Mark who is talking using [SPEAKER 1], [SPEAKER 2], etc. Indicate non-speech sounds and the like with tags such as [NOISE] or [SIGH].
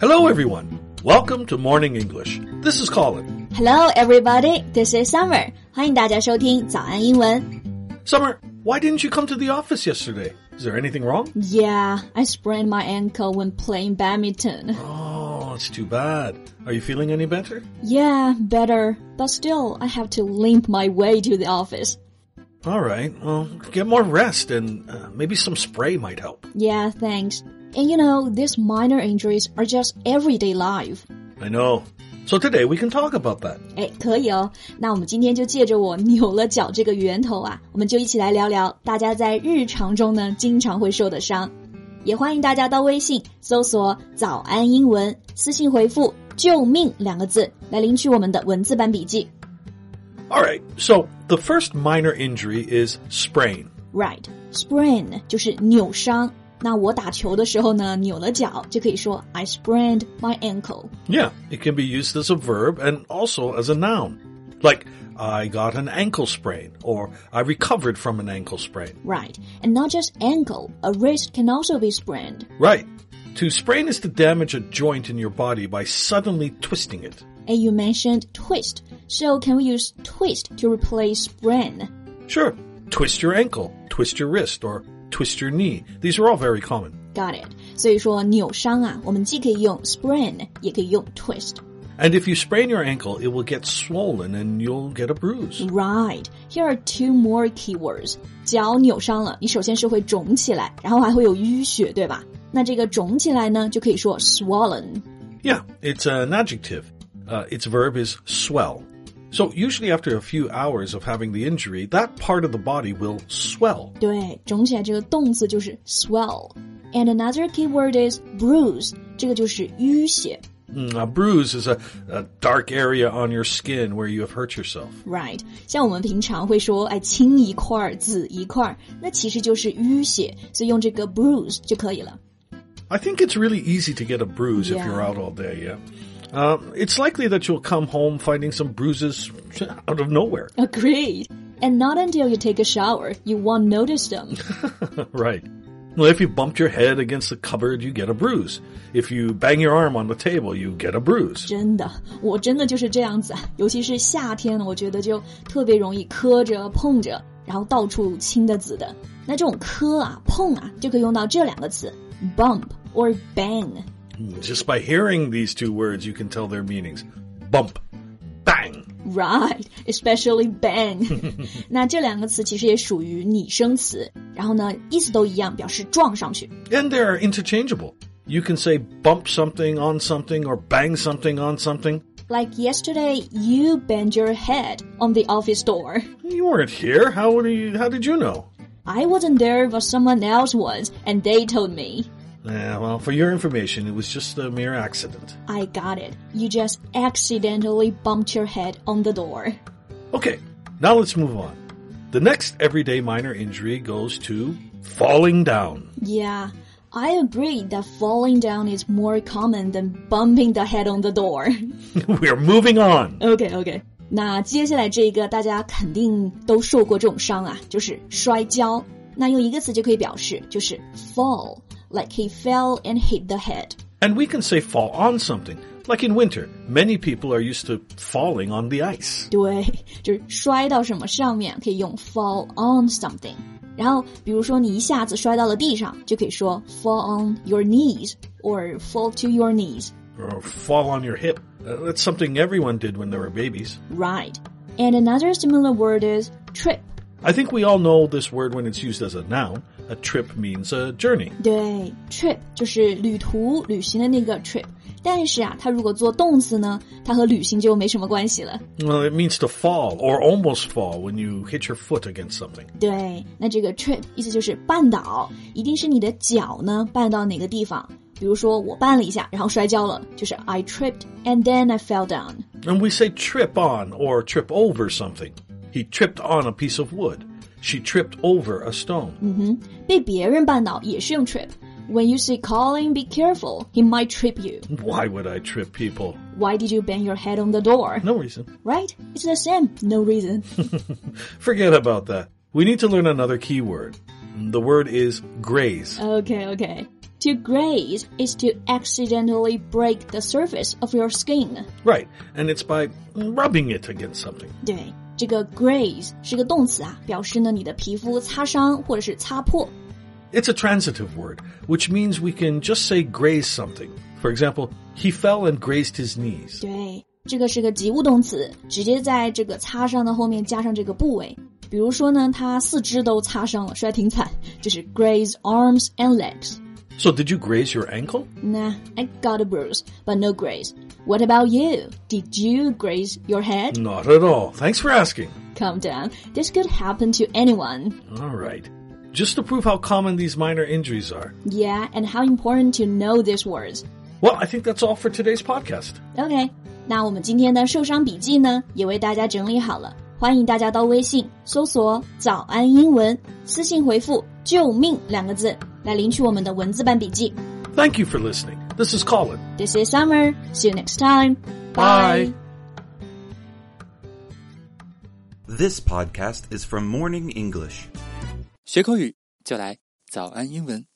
[SPEAKER 1] Hello, everyone. Welcome to Morning English. This is Colin.
[SPEAKER 2] Hello, everybody. This is Summer. 欢迎大家收听早安英文。
[SPEAKER 1] Summer, why didn't you come to the office yesterday? Is there anything wrong?
[SPEAKER 2] Yeah, I sprained my ankle when playing badminton.
[SPEAKER 1] Oh, it's too bad. Are you feeling any better?
[SPEAKER 2] Yeah, better. But still, I have to limp my way to the office.
[SPEAKER 1] All right. Well, get more rest and uh, maybe some spray might help.
[SPEAKER 2] Yeah, thanks. And you know, these minor injuries are just everyday life.
[SPEAKER 1] I know. So today we can talk about that.
[SPEAKER 2] 哎，可以哦。那我们今天就借着我扭了脚这个源头啊，我们就一起来聊聊大家在日常中呢经常会受的伤。也欢迎大家到微信搜索“早安英文”，私信回复“救命”两个字来领取我们的文字版笔记。
[SPEAKER 1] All right. So the first minor injury is sprain.
[SPEAKER 2] Right, sprain 就是扭伤。那我打球的时候呢，扭了脚，就可以说 I sprained my ankle。
[SPEAKER 1] Yeah, it can be used as a verb and also as a noun. Like, I got an ankle sprain or I recovered from an ankle sprain.
[SPEAKER 2] Right, and not just ankle, a wrist can also be sprained.
[SPEAKER 1] Right. To sprain is to damage a joint in your body by suddenly twisting it.
[SPEAKER 2] And you mentioned twist, so can we use twist to replace sprain?
[SPEAKER 1] Sure, twist your ankle, twist your wrist, or twist your knee. These are all very common.
[SPEAKER 2] Got it. 所以说扭伤啊，我们既可以用 sprain，也可以用 twist。
[SPEAKER 1] And if you sprain your ankle, it will get swollen and you'll get a bruise.
[SPEAKER 2] Right. Here are two more keywords. 脚扭伤了，你首先是会肿起来，然后还会有淤血，对吧？那这个肿起来呢，就可以说 swollen。
[SPEAKER 1] Yeah, it's an adjective. Uh, its verb is swell. So, usually after a few hours of having the injury, that part of the body will swell.
[SPEAKER 2] 对，肿起来这个动词就是 swell。And another keyword is bruise，这个就是淤血。
[SPEAKER 1] Mm, A bruise is a, a dark area on your skin where you have hurt yourself.
[SPEAKER 2] Right，像我们平常会说，哎，青一块儿，紫一块儿，那其实就是淤血，所以用这个 bruise 就可以了。
[SPEAKER 1] I think it's really easy to get a bruise if
[SPEAKER 2] Yeah.
[SPEAKER 1] you're out all day, yeah. Um, it's likely that you'll come home finding some bruises out of nowhere.
[SPEAKER 2] Agreed. And not until you take a shower, you won't notice them. [LAUGHS]
[SPEAKER 1] right. Well, if you bumped your head against the cupboard, you get a bruise. If you bang your arm on the table, you get a bruise.
[SPEAKER 2] 真的，我真的就是这样子啊，尤其是夏天，我觉得就特别容易磕着碰着，然后到处青的紫的。那这种磕啊、碰啊，就可以用到这两个词，bump or bang。
[SPEAKER 1] Just by hearing these two words, you can tell their meanings. Bump. Bang.
[SPEAKER 2] Right, especially bang。那这两个词其实也属于拟声词，然后呢，意思都一样，表示撞上去。
[SPEAKER 1] And they're interchangeable. You can say bump something on something or bang something on something.
[SPEAKER 2] Like yesterday, you banged your head on the office door.
[SPEAKER 1] You weren't here. How, would you, how did you know?
[SPEAKER 2] I wasn't there, but someone else was, and they told me.
[SPEAKER 1] Yeah, Uh, well, for your information, it was just a mere accident.
[SPEAKER 2] I got it. You just accidentally bumped your head on the door.
[SPEAKER 1] Okay, now let's move on. The next everyday minor injury goes to falling down. [LAUGHS]
[SPEAKER 2] Yeah, I agree that falling down is more common than bumping the head on the door.
[SPEAKER 1] We're moving on.
[SPEAKER 2] OK OK，那接下来这一个大家肯定都受过这种伤啊，就是摔跤。那用一个词就可以表示，就是 fall，like he fell and hit the head。 [LAUGHS]
[SPEAKER 1] And we can say fall on something. Like in winter, many people are used to falling on the ice.
[SPEAKER 2] 对，就是摔到什么上面可以用 fall on something。然后，比如说你一下子摔到了地上，就可以说 fall on your knees or fall to your knees。
[SPEAKER 1] Or fall on your hip. Uh, that's something everyone did when they were babies.
[SPEAKER 2] Right. And another similar word is trip.
[SPEAKER 1] I think we all know this word when it's used as a noun. A trip means a journey.
[SPEAKER 2] 对，trip 就是旅途、旅行的那个 trip。但是啊，它如果做动词呢，它和旅行就没什么关系了。
[SPEAKER 1] Well, it means to fall or almost fall when you hit your foot against something.
[SPEAKER 2] 对，那这个 trip 意思就是绊倒，一定是你的脚呢绊到哪个地方。比如说我绊了一下，然后摔跤了，就是 I tripped and then I fell down。
[SPEAKER 1] And we say trip on or trip over something. He tripped on a piece of wood. She tripped over a stone.
[SPEAKER 2] 被别人绊倒也是用 trip。When you see Colin, be careful. He might trip you.
[SPEAKER 1] Why would I trip people?
[SPEAKER 2] Why did you bang your head on the door?
[SPEAKER 1] No reason.
[SPEAKER 2] Right? It's the same. No reason.
[SPEAKER 1] Forget about
[SPEAKER 2] Uh.
[SPEAKER 1] that. We need to learn another key word. The word is graze.
[SPEAKER 2] Okay, okay. To graze is to accidentally break the surface of your skin。
[SPEAKER 1] Right, and it's by rubbing it against something.
[SPEAKER 2] 对，这个 graze 是个动词啊，表示呢你的皮肤擦伤或者是擦破。
[SPEAKER 1] It's a transitive word, which means we can just say graze something. For example, he fell and grazed his knees.
[SPEAKER 2] 对，这个是个及物动词，直接在这个擦伤的后面加上这个部位。比如说呢，他四肢都擦伤了，摔挺惨，就是 graze arms and legs。
[SPEAKER 1] So, did you graze your ankle?
[SPEAKER 2] Nah, I got a bruise, but no graze. What about you? Did you graze your head?
[SPEAKER 1] Not at all. Thanks for asking.
[SPEAKER 2] Calm down. This could happen to anyone.
[SPEAKER 1] All right. Just to prove how common these minor injuries are.
[SPEAKER 2] Yeah, and how important to know these words.
[SPEAKER 1] Well, I think that's all for today's podcast.
[SPEAKER 2] OK，那我们今天的受伤笔记呢，也为大家整理好了。欢迎大家到微信搜索“早安英文”，私信回复“救命”两个字来领取我们的文字版笔记。
[SPEAKER 1] Thank you for listening. This is Colin.
[SPEAKER 2] This is Summer. See you next time.
[SPEAKER 1] Bye.
[SPEAKER 3] This podcast is from Morning English.
[SPEAKER 4] 学口语就来早安英文。